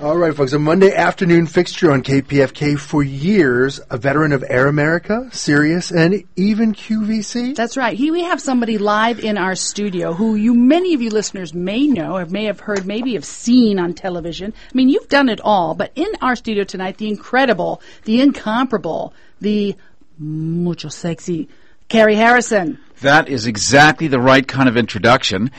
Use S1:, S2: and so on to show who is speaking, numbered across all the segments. S1: All right, folks. A Monday afternoon fixture on KPFK for years. A veteran of Air America, Sirius, and even QVC.
S2: That's right. Here we have somebody live in our studio who you, many of you listeners, may know, or may have heard, maybe have seen on television. I mean, you've done it all, but in our studio tonight, the incredible, the incomparable, the mucho sexy Carrie Harrison.
S3: That is exactly the right kind of introduction.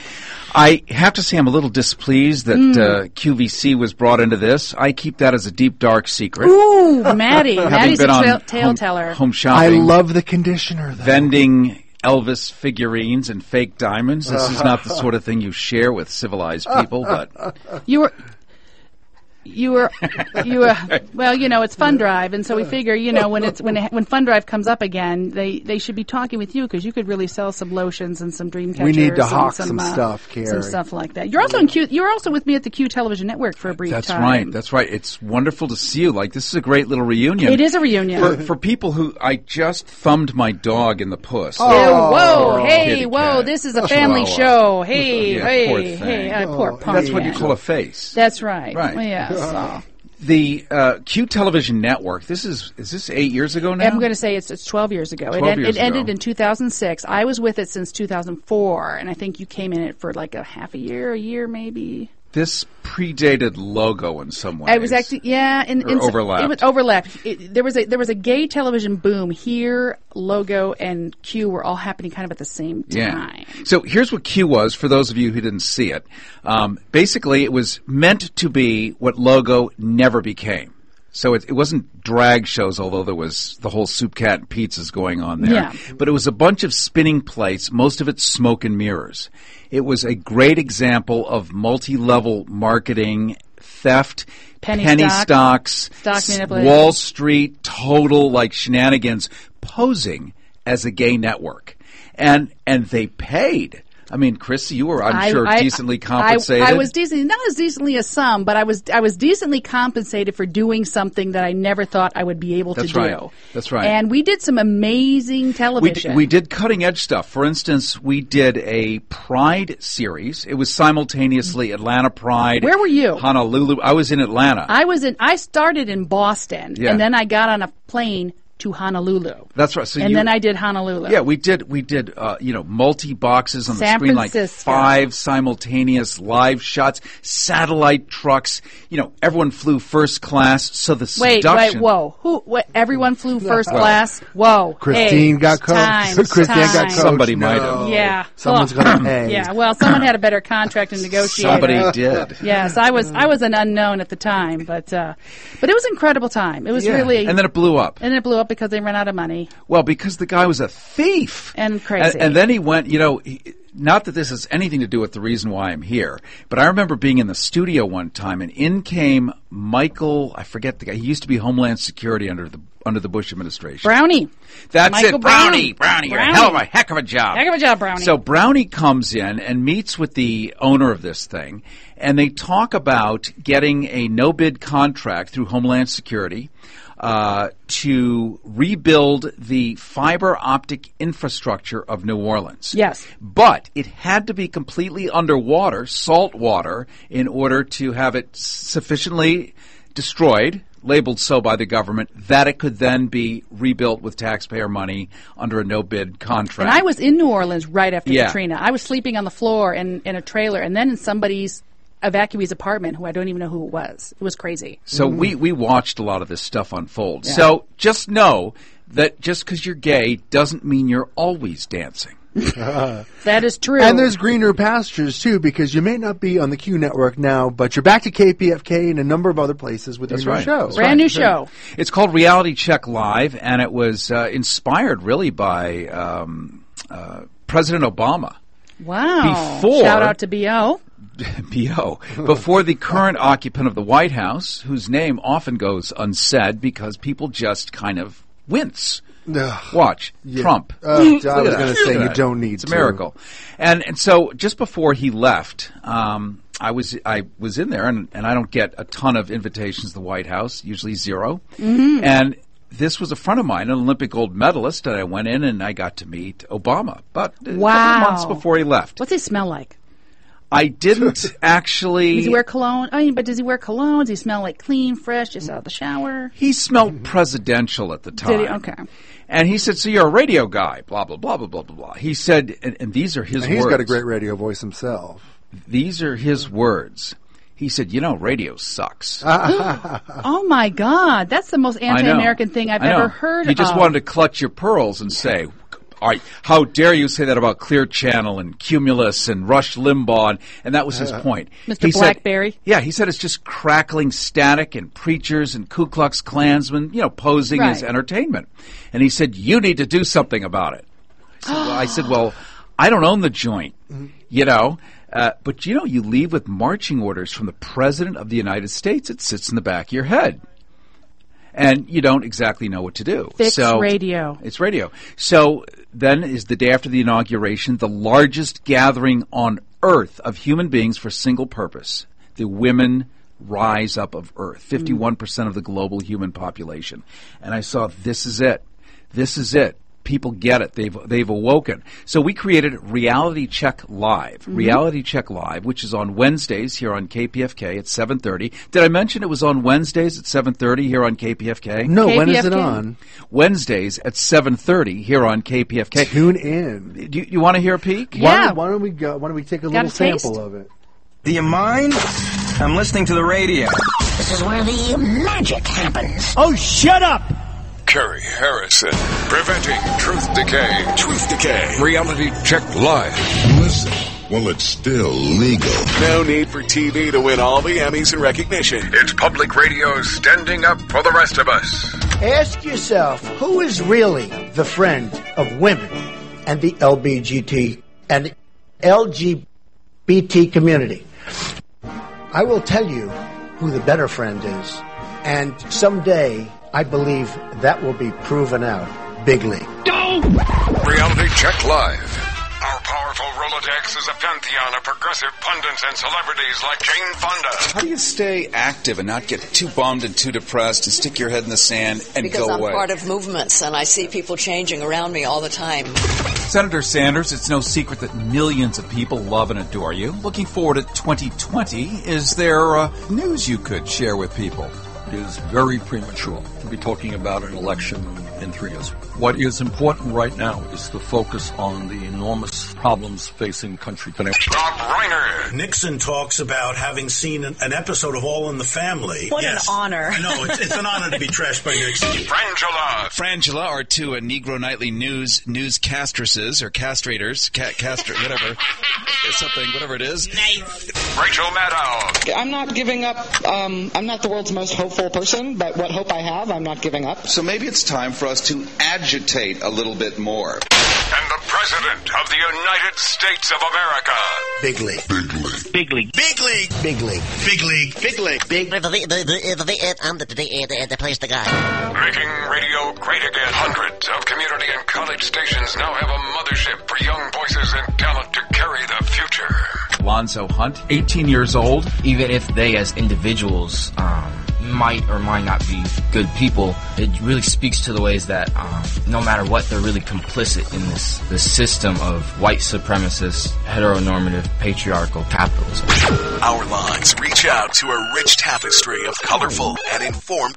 S3: I have to say, I'm a little displeased that
S2: Hmm.
S3: uh, QVC was brought into this. I keep that as a deep, dark secret.
S2: Ooh, Maddie.
S3: Having
S2: Maddie's a
S3: been on
S2: trail, tale
S3: home,
S2: teller.
S3: home
S1: I
S3: shopping,
S1: love the conditioner, though.
S3: vending Elvis figurines and fake diamonds. This is not the sort of thing you share with civilized people, but
S2: You were. You were, you were. Well, you know, it's Fun Drive, and so we figure, you know, when it's when it, when Fun Drive comes up again, they they should be talking with you because you could really sell some lotions and some dream catchers.
S1: need to
S2: and
S1: hawk some
S2: uh,
S1: stuff, Carrie.
S2: some stuff like that. You're also in Q. You're also with me at the Q Television Network for a brief
S3: that's
S2: time.
S3: right. That's right. It's wonderful to see you. Like, this is a great little reunion.
S2: it is a reunion.
S3: For, for people who, I just thumbed my dog in the puss.
S2: Yeah,
S3: Poor
S2: whoa, hey,
S3: kitty
S2: whoa,
S3: cat.
S2: this is a family
S3: Chihuahua.
S2: show. Hey,
S3: Yeah,
S2: hey,
S3: poor
S2: hey,
S3: thing.
S2: uh, poor
S1: Oh,
S2: punk.
S3: That's what you
S2: yeah.
S3: call a face.
S2: That's right.
S3: Right.
S2: Well, yeah, so.
S3: the uh, Q Television Network. This is is this eight years ago now?
S2: I'm going to say it's, it's 12 years ago. it
S3: 12
S2: en-
S3: years
S2: it ended
S3: ago.
S2: in 2006. I was with it since 2004, and I think you came in it for like a half a year, a year maybe.
S3: this predated logo in some way.
S2: I was actually yeah, and,
S3: Or
S2: and so-
S3: overlapped.
S2: It was overlapped. It, there was a there was a gay television boom here. Logo and Q were all happening kind of at the same
S3: Yeah.
S2: time.
S3: So here's what Q was for those of you who didn't see it. Um, basically, it was meant to be what logo never became. So it, it wasn't drag shows, although there was the whole soup cat and pizzas going on there.
S2: Yeah.
S3: But it was a bunch of spinning plates, most of it smoke and mirrors. It was a great example of multi-level marketing, theft,
S2: Penny stock,
S3: stocks,
S2: stock
S3: s-
S2: manipulation.
S3: Wall Street, total like shenanigans, posing as a gay network, and and they paid. I mean, Chris, you were I'm sure decently compensated.
S2: I, I was decently, not as decently as some, but I was I was decently compensated for doing something that I never thought I would be able
S3: That's
S2: to
S3: right.
S2: do.
S3: That's right.
S2: And we did some amazing
S3: we, d-
S2: television.
S3: we did cutting edge stuff. For instance, we did a Pride series. It was simultaneously Atlanta Pride.
S2: Where were you?
S3: Honolulu. I was in Atlanta.
S2: I was in. I started in Boston,
S3: Yeah.
S2: and then I got on a plane to Honolulu.
S3: That's right. So
S2: and
S3: you-
S2: then I did Honolulu.
S3: Yeah, we did. We did. Uh, you know, multi boxes on
S2: San
S3: the screen,
S2: Francisco.
S3: like five simultaneous live shots, satellite trucks. You know, everyone flew first class, so the
S2: Wait,
S3: seduction.
S2: wait, whoa! Who? What, everyone flew first class. Whoa!
S1: Christine
S2: Hey,
S1: got
S2: it's
S1: coached.
S2: time, it's
S1: Christine got
S2: time.
S1: coached.
S3: Somebody
S1: no.
S3: might have.
S2: Yeah.
S1: Someone's
S2: Well,
S1: going to pay.
S2: Yeah. Well, someone had a better contract and negotiated.
S3: Somebody did.
S2: Yes, I was. I was an unknown at the time, but uh, but it was an incredible time. It was
S3: Yeah.
S2: really.
S3: and then it blew up.
S2: and then it blew up because they ran out of money.
S3: Well, because the guy was a thief
S2: And crazy.
S3: And, then he went. You know, he, not that this has anything to do with the reason why I'm here, but I remember being in the studio one time, and in came Michael. I forget the guy. He used to be Homeland Security under the under the Bush administration.
S2: Brownie.
S3: That's
S2: Michael
S3: it,
S2: Brownie.
S3: Brownie. Brownie, you're a
S2: Brownie.
S3: hell of a heck of a job.
S2: Heck of a job, Brownie.
S3: So Brownie comes in and meets with the owner of this thing, and they talk about getting a no bid contract through Homeland Security uh, to rebuild the fiber optic infrastructure of New Orleans.
S2: Yes.
S3: But it had to be completely underwater, salt water, in order to have it sufficiently destroyed, labeled so by the government, that it could then be rebuilt with taxpayer money under a no bid contract.
S2: And I was in New Orleans right after
S3: Yeah.
S2: Katrina. I was sleeping on the floor in, in a trailer, and then in somebody's evacuee's apartment, who I don't even know who it was. It was crazy.
S3: So we, we watched a lot of this stuff unfold. So just know that just because you're gay doesn't mean you're always dancing.
S2: That is true.
S1: And there's greener pastures too, because you may not be on the Q network now, but you're back to KPFK and a number of other places with your new
S3: right.
S1: show.
S3: That's
S2: brand new
S3: Right,
S2: show.
S3: It's called Reality Check Live, and it was uh, inspired really by um, uh, President Obama.
S2: Wow.
S3: Before-
S2: shout out to Bo.
S3: BO before the current occupant of the White House, whose name often goes unsaid because people just kind of wince. Watch Trump.
S1: Uh, I was going to say
S3: Look at
S1: you
S3: that.
S1: don't need
S3: It's a
S1: to.
S3: miracle. And and so just before he left, um, I was I was in there, and, and I don't get a ton of invitations to the White House, usually 0
S2: Mm-hmm.
S3: And this was a friend of mine, an Olympic gold medalist, and I went in and I got to meet Obama. But uh, a couple
S2: Wow.
S3: months before he left,
S2: What's he smell like?
S3: I didn't actually.
S2: Does he wear cologne? I mean, but does he wear cologne? Does he smell like clean, fresh, just out of the shower?
S3: He smelled presidential at the time.
S2: Did he? Okay.
S3: And he said, "So you're a radio guy?" Blah blah blah blah blah blah. blah. He said, and, and these are his.
S1: And he's
S3: words.
S1: got a great radio voice himself.
S3: These are his words. He said, "You know, radio sucks."
S2: Oh my God, that's the most
S3: I know.
S2: anti-American thing I've
S3: I know.
S2: ever heard.
S3: You just
S2: of.
S3: wanted to clutch your pearls and say, "All right, how dare you say that about Clear Channel and Cumulus and Rush Limbaugh?" And, and that was his point.
S2: Mr.
S3: He said-
S2: Blackberry.
S3: yeah, he said it's just crackling static and preachers and Ku Klux Klansmen, you know, posing as
S2: Right.
S3: entertainment. And he said, "You need to do something about it." I said, well, I, said, well I don't own the joint, you know. Uh, but you know, you leave with marching orders from the president of the United States. It sits in the back of your head and you don't exactly know what to do.
S2: Fix
S3: so,
S2: radio.
S3: It's radio. So then is the day after the inauguration, the largest gathering on earth of human beings for a single purpose the women rise up of earth, 51% of the global human population. And I saw this is it. This is it. People get it. They've they've awoken. So we created Reality Check Live. Reality Check Live, which is on Wednesdays here on KPFK at 7:30. Did I mention it was on Wednesdays at 7:30 here on KPFK?
S1: No, when is it
S2: KPFK?
S1: on?
S3: Wednesdays at 7:30 here on KPFK.
S1: Tune in.
S3: Do you, you want to hear a peek?
S2: Yeah.
S1: Why, don't, why don't we go? Why don't we take a
S2: Got
S1: little
S2: a taste?
S1: sample of it?
S4: Do you mind? I'm listening to the radio.
S5: This is where the magic happens.
S6: Oh, shut up!
S7: Kerry Harrison, preventing truth decay. Truth decay. Reality check live.
S8: Listen, well, it's still legal.
S9: No need for TV to win all the Emmys and recognition.
S7: It's public radio standing up for the rest of us.
S6: Ask yourself who is really the friend of women and the LBGT and LGBT community? I will tell you who the better friend is, and someday I believe that will be proven out bigly.
S7: Reality check live. Our powerful Rolodex is a pantheon of progressive pundits and celebrities like Jane Fonda.
S10: How do you stay active and not get too bummed and too depressed and stick your head in the sand and
S5: Because
S10: go
S5: I'm
S10: away?
S5: part of movements and I see people changing around me all the time.
S3: Senator Sanders, it's no secret that millions of people love and adore you. Looking forward to 2020, is there uh, news you could share with people?
S11: It is very premature to be talking about an election in three years. What is important right now is to focus on the enormous problems facing the country today.
S7: Rob Reiner.
S9: Nixon talks about having seen an, an episode of All in the Family.
S5: What an honor.
S9: no, it's, it's an honor to be trashed by Nixon.
S7: Frangela.
S10: Frangela are two uh, Negro Nightly News newscastresses or castrators, ca- castor, whatever, or something, whatever it is.
S7: Rachel Maddow.
S5: I'm not giving up. Um, I'm not the world's most hopeful person, but what hope I have, I'm not giving up.
S10: So maybe it's time for us to agitate a little bit more.
S7: And the President of the United States of America.
S6: Bigly.
S8: Big league.
S6: Big league. Big league. Big league. Big league. Big league.
S5: Big, I'm the, the, the place the guy.
S7: Making radio great again. Hundreds of community and college stations now have a mothership for young voices and talent to carry the future.
S3: Lonzo Hunt, 18 years old.
S6: Even if they, as individuals, um, might or might not be good people, it really speaks to the ways that, um, no matter what, they're really complicit in this this system of white supremacist, heteronormative, patriarchal capitalism.
S9: Our lines reach out to a rich tapestry of colorful and informed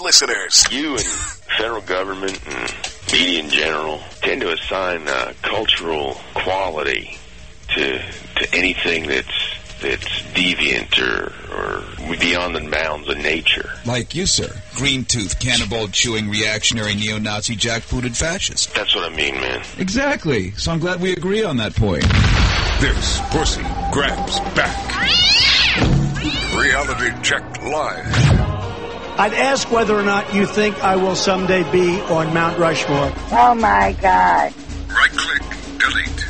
S9: listeners.
S8: You and federal government and media in general tend to assign uh, cultural quality to to anything that's that's deviant or, or beyond the bounds of nature.
S10: Like you, sir. Green tooth, cannibal, chewing, reactionary, neo Nazi, jackbooted fascist.
S8: That's what I mean, man.
S10: Exactly. So I'm glad we agree on that point.
S7: This pussy grabs back. Reality check live.
S6: I'd ask whether or not you think I will someday be on Mount Rushmore.
S5: Oh my God.
S7: Right click, delete.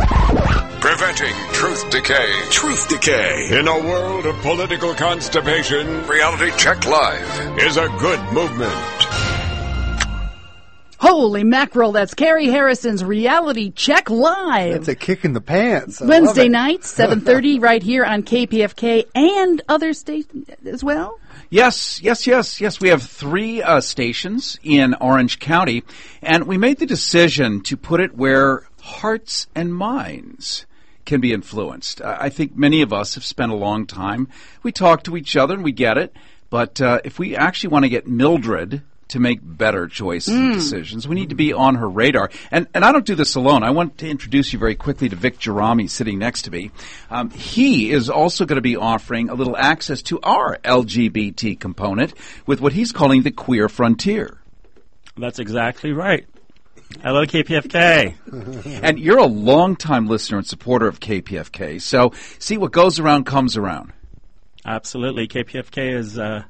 S7: Preventing truth decay.
S9: Truth decay.
S7: In a world of political constipation, Reality Check Live is a good movement.
S2: Holy mackerel, that's Carrie Harrison's Reality Check Live.
S1: It's a kick in the pants. I love
S2: Wednesday
S1: it.
S2: night, 7.30, right here on KPFK and other stations as well.
S3: Yes, yes, yes, yes. We have three uh, stations in Orange County, and we made the decision to put it where hearts and minds can be influenced. Uh, I think many of us have spent a long time. We talk to each other and we get it, but uh, if we actually want to get Mildred to make better choices and
S12: Mm.
S3: decisions, we need to be on her radar. And and I don't do this alone. I want to introduce you very quickly to Vic Jarami sitting next to me. Um, he is also going to be offering a little access to our LGBT component with what he's calling the queer frontier.
S13: That's exactly right. Hello, KPFK.
S3: And you're a longtime listener and supporter of KPFK, so see what goes around comes around.
S13: Absolutely. KPFK is uh,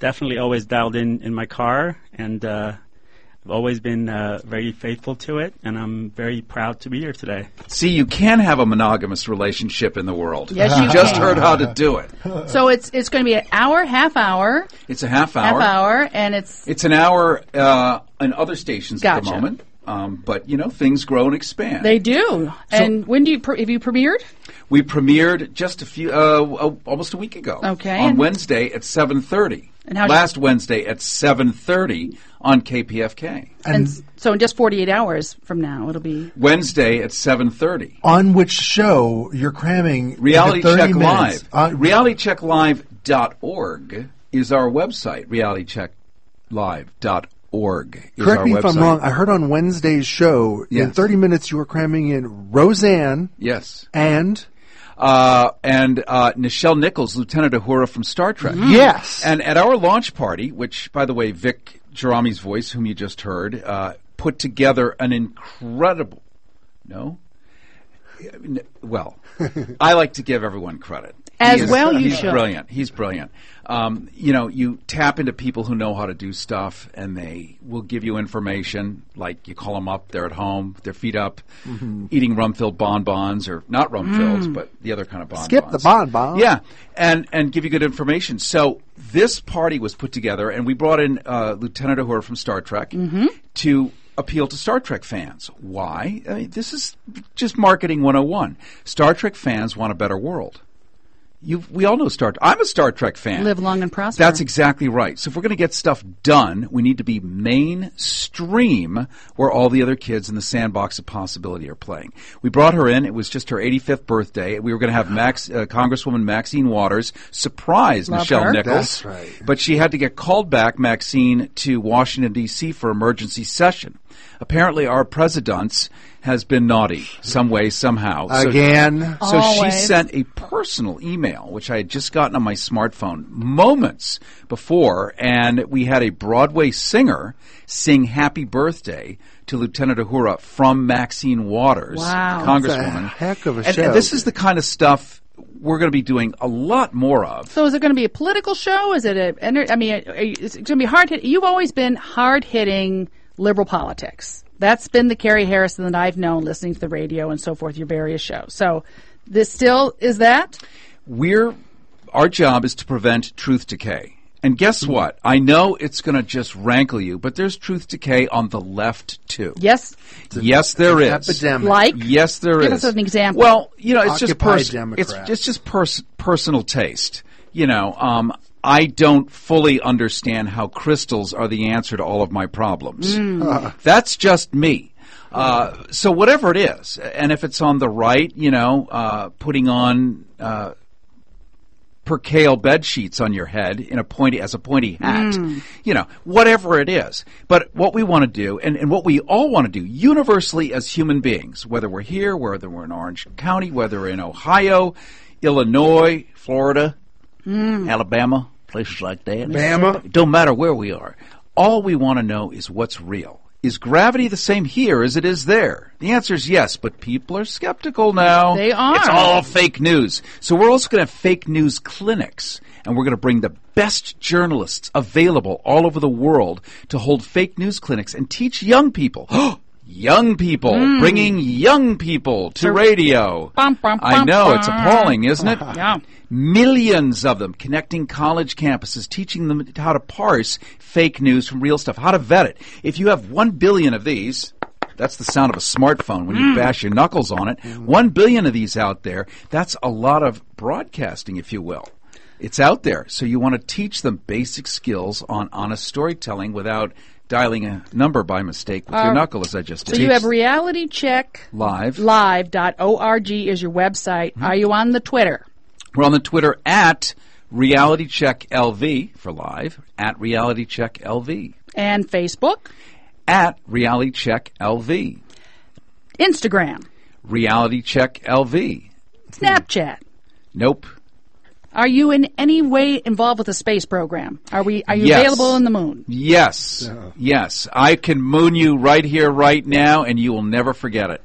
S13: definitely always dialed in in my car, and uh, I've always been uh, very faithful to it, and I'm very proud to be here today.
S3: See, you can have a monogamous relationship in the world.
S2: Yes, you
S3: just
S2: can.
S3: heard how to do it.
S2: So it's it's going to be an hour, half hour,
S3: It's a half hour.
S2: half hour, and it's
S3: It's an hour uh, in other stations at the
S2: Gotcha.
S3: moment. Um, but you know things grow and expand.
S2: they do. and when do you pre- have you premiered?
S3: we premiered just a few, uh, w- almost a week ago.
S2: Okay.
S3: on Wednesday at seven thirty.
S2: And how-
S3: Last Wednesday at seven thirty on KPFK.
S2: And, s- so in just 48 hours from now, it'll be
S3: Wednesday at seven thirty.
S1: On which show you're cramming
S3: Reality
S1: into 30
S3: Check
S1: minutes. Uh,
S3: Live. RealityCheckLive.org is our website. RealityCheckLive.org is
S1: Correct
S3: our
S1: me
S3: website.
S1: if I'm wrong. I heard on Wednesday's show in
S3: Yes.
S1: 30 minutes you were cramming in Roseanne
S3: Yes.
S1: and
S3: Uh, and uh, Nichelle Nichols, Lieutenant Uhura from Star Trek.
S1: Mm. Yes.
S3: And at our launch party, which, by the way, Vic Jarami's voice, whom you just heard, uh, put together an incredible. No? N- Well, I like to give everyone credit.
S2: As well you
S3: he's
S2: should.
S3: brilliant. He's brilliant. Um, you know, you tap into people who know how to do stuff, and they will give you information. Like you call them up, they're at home, their feet up,
S1: Mhm.
S3: eating rum-filled bonbons, or not rum-filled,
S1: Mm.
S3: but the other kind of bonbons.
S1: skip the bonbon.
S3: Yeah, and and give you good information. So this party was put together, and we brought in uh, Lieutenant Uhura from Star Trek to appeal to Star Trek fans. Why? I mean, this is just marketing 101. Star Trek fans want a better world. You, we all know Star. I'm a Star Trek fan.
S2: live long and prosper.
S3: That's exactly right. So if we're going to get stuff done, we need to be mainstream where all the other kids in the sandbox of possibility are playing. We brought her in. It was just her 85th birthday. We were going to have Max, uh, Congresswoman Maxine Waters surprise
S1: Love
S3: Michelle
S1: her.
S3: Nichols.
S1: That's right.
S3: But she had to get called back, Maxine, to Washington, D.C. for emergency session. Apparently, our president's has been naughty some way, somehow. So-
S1: Again.
S3: So, she
S1: Always.
S3: sent a personal email, which I had just gotten on my smartphone moments before, and we had a Broadway singer sing Happy Birthday to Lieutenant Uhura from Maxine Waters,
S1: Wow.
S3: Congresswoman.
S1: That's a heck of a
S3: and, and
S1: show.
S3: this is the kind of stuff we're going to be doing a lot more of.
S2: So is it going to be a political show? Is it a? ener- I mean, are you- is it going to be hard hit? You've always been hard hitting liberal politics. That's been the Carrie Harrison that I've known, listening to the radio and so forth, your various shows. So this still is that.
S3: We're our job is to prevent truth decay. And guess
S1: Mm-hmm.
S3: what? I know it's going to just rankle you, but there's truth decay on the left too.
S2: Yes.
S3: Yes, there is.
S1: It's an epidemic.
S2: Like?
S3: Um, Yes, there is.
S2: Give us an example.
S3: Well, you know, it's just
S1: Occupy
S3: pers- it's,
S1: Democrat.
S3: it's just pers- personal taste. You know, um, I don't fully understand how crystals are the answer to all of my problems. Uh,
S1: Mm.
S3: That's just me. Uh, so whatever it is, and if it's on the right, you know, uh, putting on uh, percale bed sheets on your head in a pointy as a pointy hat,
S12: Mm.
S3: you know, whatever it is. But what we want to do, and, and what we all want to do, universally as human beings, whether we're here, whether we're in Orange County, whether we're in Ohio, Illinois, Florida, Alabama, places like that.
S1: Bama.
S3: It don't matter where we are. All we want to know is what's real. Is gravity the same here as it is there? The answer is yes, but people are skeptical now.
S2: They are.
S3: It's all fake news. So we're also going to have fake news clinics, and we're going to bring the best journalists available all over the world to hold fake news clinics and teach young people. young people,
S2: Mm.
S3: bringing young people to
S2: To-
S3: radio.
S2: Bum, bum,
S3: I
S2: bum,
S3: know, it's
S2: bum.
S3: appalling, isn't it?
S2: Ah. Yeah.
S3: Millions of them connecting college campuses, teaching them how to parse fake news from real stuff, how to vet it. If you have one billion of these, that's the sound of a smartphone when you
S12: Mm.
S3: bash your knuckles on it.
S2: Mm.
S3: One billion of these out there, that's a lot of broadcasting, if you will. It's out there. So you want to teach them basic skills on honest storytelling without dialing a number by mistake with
S2: Uh,
S3: your knuckle, as I just
S2: So
S3: did.
S2: you have reality check
S3: live. Mm-hmm.
S2: live.org is your website. Are you on the Twitter?
S3: We're on the Twitter at Reality Check LV for live at Reality Check LV
S2: And Facebook?
S3: at Reality Check LV
S2: Instagram?
S3: Hmm. Reality Check LV.
S2: Snapchat?
S3: Nope.
S2: Are you in any way involved with the space program? Are we? Are you
S3: Yes.
S2: available on the moon?
S3: Yes. Yes. I can moon you right here, right now, and you will never forget it.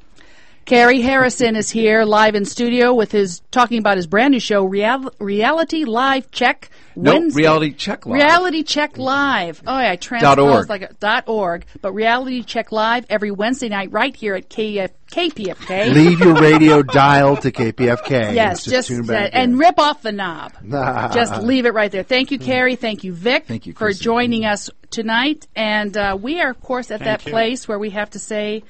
S2: Carrie Harrison is here live in studio with his talking about his brand new show, Real, Reality Live Check
S3: Nope.
S2: Wednesday.
S3: Reality Check Live.
S2: Reality Check Live. Oh, yeah, I
S3: Dot
S2: transposed
S3: org.
S2: like a, dot org, but Reality Check Live every Wednesday night right here at KF, KPFK.
S1: Leave your radio dial to KPFK.
S2: Yes, just,
S1: tune
S2: that-
S1: back.
S2: and rip off the knob.
S1: in.
S2: just leave it right there. Thank you, Carrie. Thank you, Vic,
S1: Thank you,
S2: for joining us tonight. And uh, we are, of course, at
S14: Thank
S2: that
S14: you.
S2: place where we have to say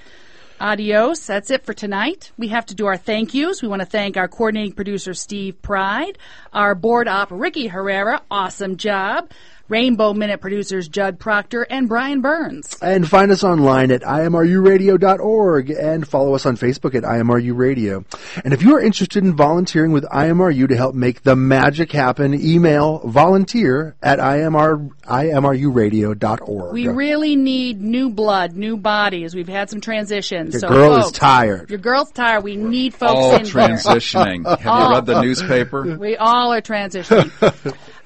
S2: adios. That's it for tonight. We have to do our thank yous. We want to thank our coordinating producer, Steve Pride, our board op, Ricky Herrera. Awesome job. Rainbow Minute producers, Judd Proctor and Brian Burns.
S1: And find us online at imruradio.org and follow us on Facebook at IMRU Radio. And if you are interested in volunteering with IMRU to help make the magic happen, email volunteer at IMR, imruradio.org.
S2: We really need new blood, new bodies. We've had some transitions.
S1: Your
S2: so
S1: girl is
S2: folks,
S1: tired.
S2: Your girl's tired. We need folks
S3: all
S2: in here.
S3: transitioning. Have you
S2: All.
S3: read the newspaper?
S2: We all are transitioning.